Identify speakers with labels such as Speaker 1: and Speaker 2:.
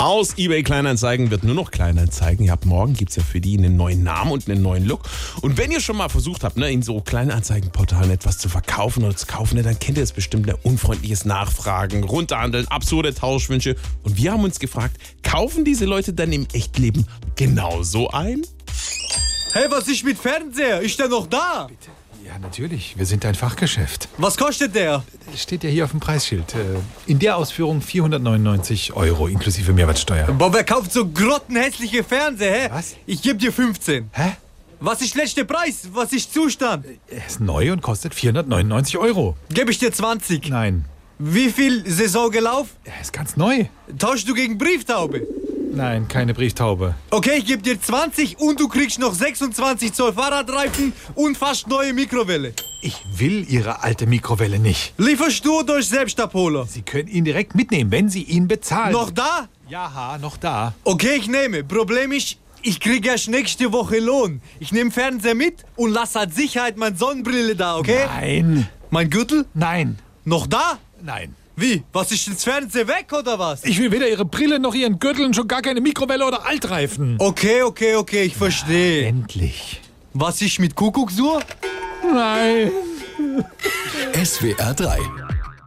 Speaker 1: aus eBay Kleinanzeigen wird nur noch Kleinanzeigen. Ihr habt morgen gibt's ja für die einen neuen Namen und einen neuen Look. Und wenn ihr schon mal versucht habt, ne, in so Kleinanzeigenportalen etwas zu verkaufen oder zu kaufen, ne, dann kennt ihr es bestimmt. Ne, unfreundliches Nachfragen, runterhandeln, absurde Tauschwünsche. Und wir haben uns gefragt, kaufen diese Leute dann im Echtleben genauso ein?
Speaker 2: Hey, was ist mit Fernseher? Ist der noch da?
Speaker 3: Ja, natürlich. Wir sind ein Fachgeschäft.
Speaker 2: Was kostet der?
Speaker 3: Steht ja hier auf dem Preisschild. Äh, In der Ausführung 499 Euro inklusive Mehrwertsteuer.
Speaker 2: Boah, wer kauft so grottenhässliche Fernseher, hä?
Speaker 3: Was?
Speaker 2: Ich geb dir 15.
Speaker 3: Hä?
Speaker 2: Was ist letzter Preis? Was ist Zustand?
Speaker 3: Er ist neu und kostet 499 Euro.
Speaker 2: Geb ich dir 20.
Speaker 3: Nein,
Speaker 2: Wie viel Saison gelaufen?
Speaker 3: er ist ganz neu.
Speaker 2: Tauschst du gegen Brieftaube?
Speaker 3: Nein, keine Brieftaube.
Speaker 2: Okay, ich geb dir 20 und du kriegst noch 26 Zoll Fahrradreifen und fast neue Mikrowelle.
Speaker 3: Ich will Ihre alte Mikrowelle nicht.
Speaker 2: Lieferst du durch Selbstabholer?
Speaker 3: Sie können ihn direkt mitnehmen, wenn Sie ihn bezahlen.
Speaker 2: Noch da?
Speaker 3: Ja, noch da.
Speaker 2: Okay, ich nehme. Problem ist, ich kriege erst nächste Woche Lohn. Ich nehme Fernseher mit und lass als Sicherheit meine Sonnenbrille da, okay?
Speaker 3: Nein.
Speaker 2: Mein Gürtel?
Speaker 3: Nein.
Speaker 2: Noch da?
Speaker 3: Nein.
Speaker 2: Wie? Was ist ins Fernseher weg oder was?
Speaker 3: Ich will weder Ihre Brille noch Ihren Gürtel und schon gar keine Mikrowelle oder Altreifen.
Speaker 2: Okay, okay, okay, ich verstehe.
Speaker 3: Endlich.
Speaker 2: Was ist mit Kuckucksuhr?
Speaker 3: Nein.
Speaker 4: SWR 3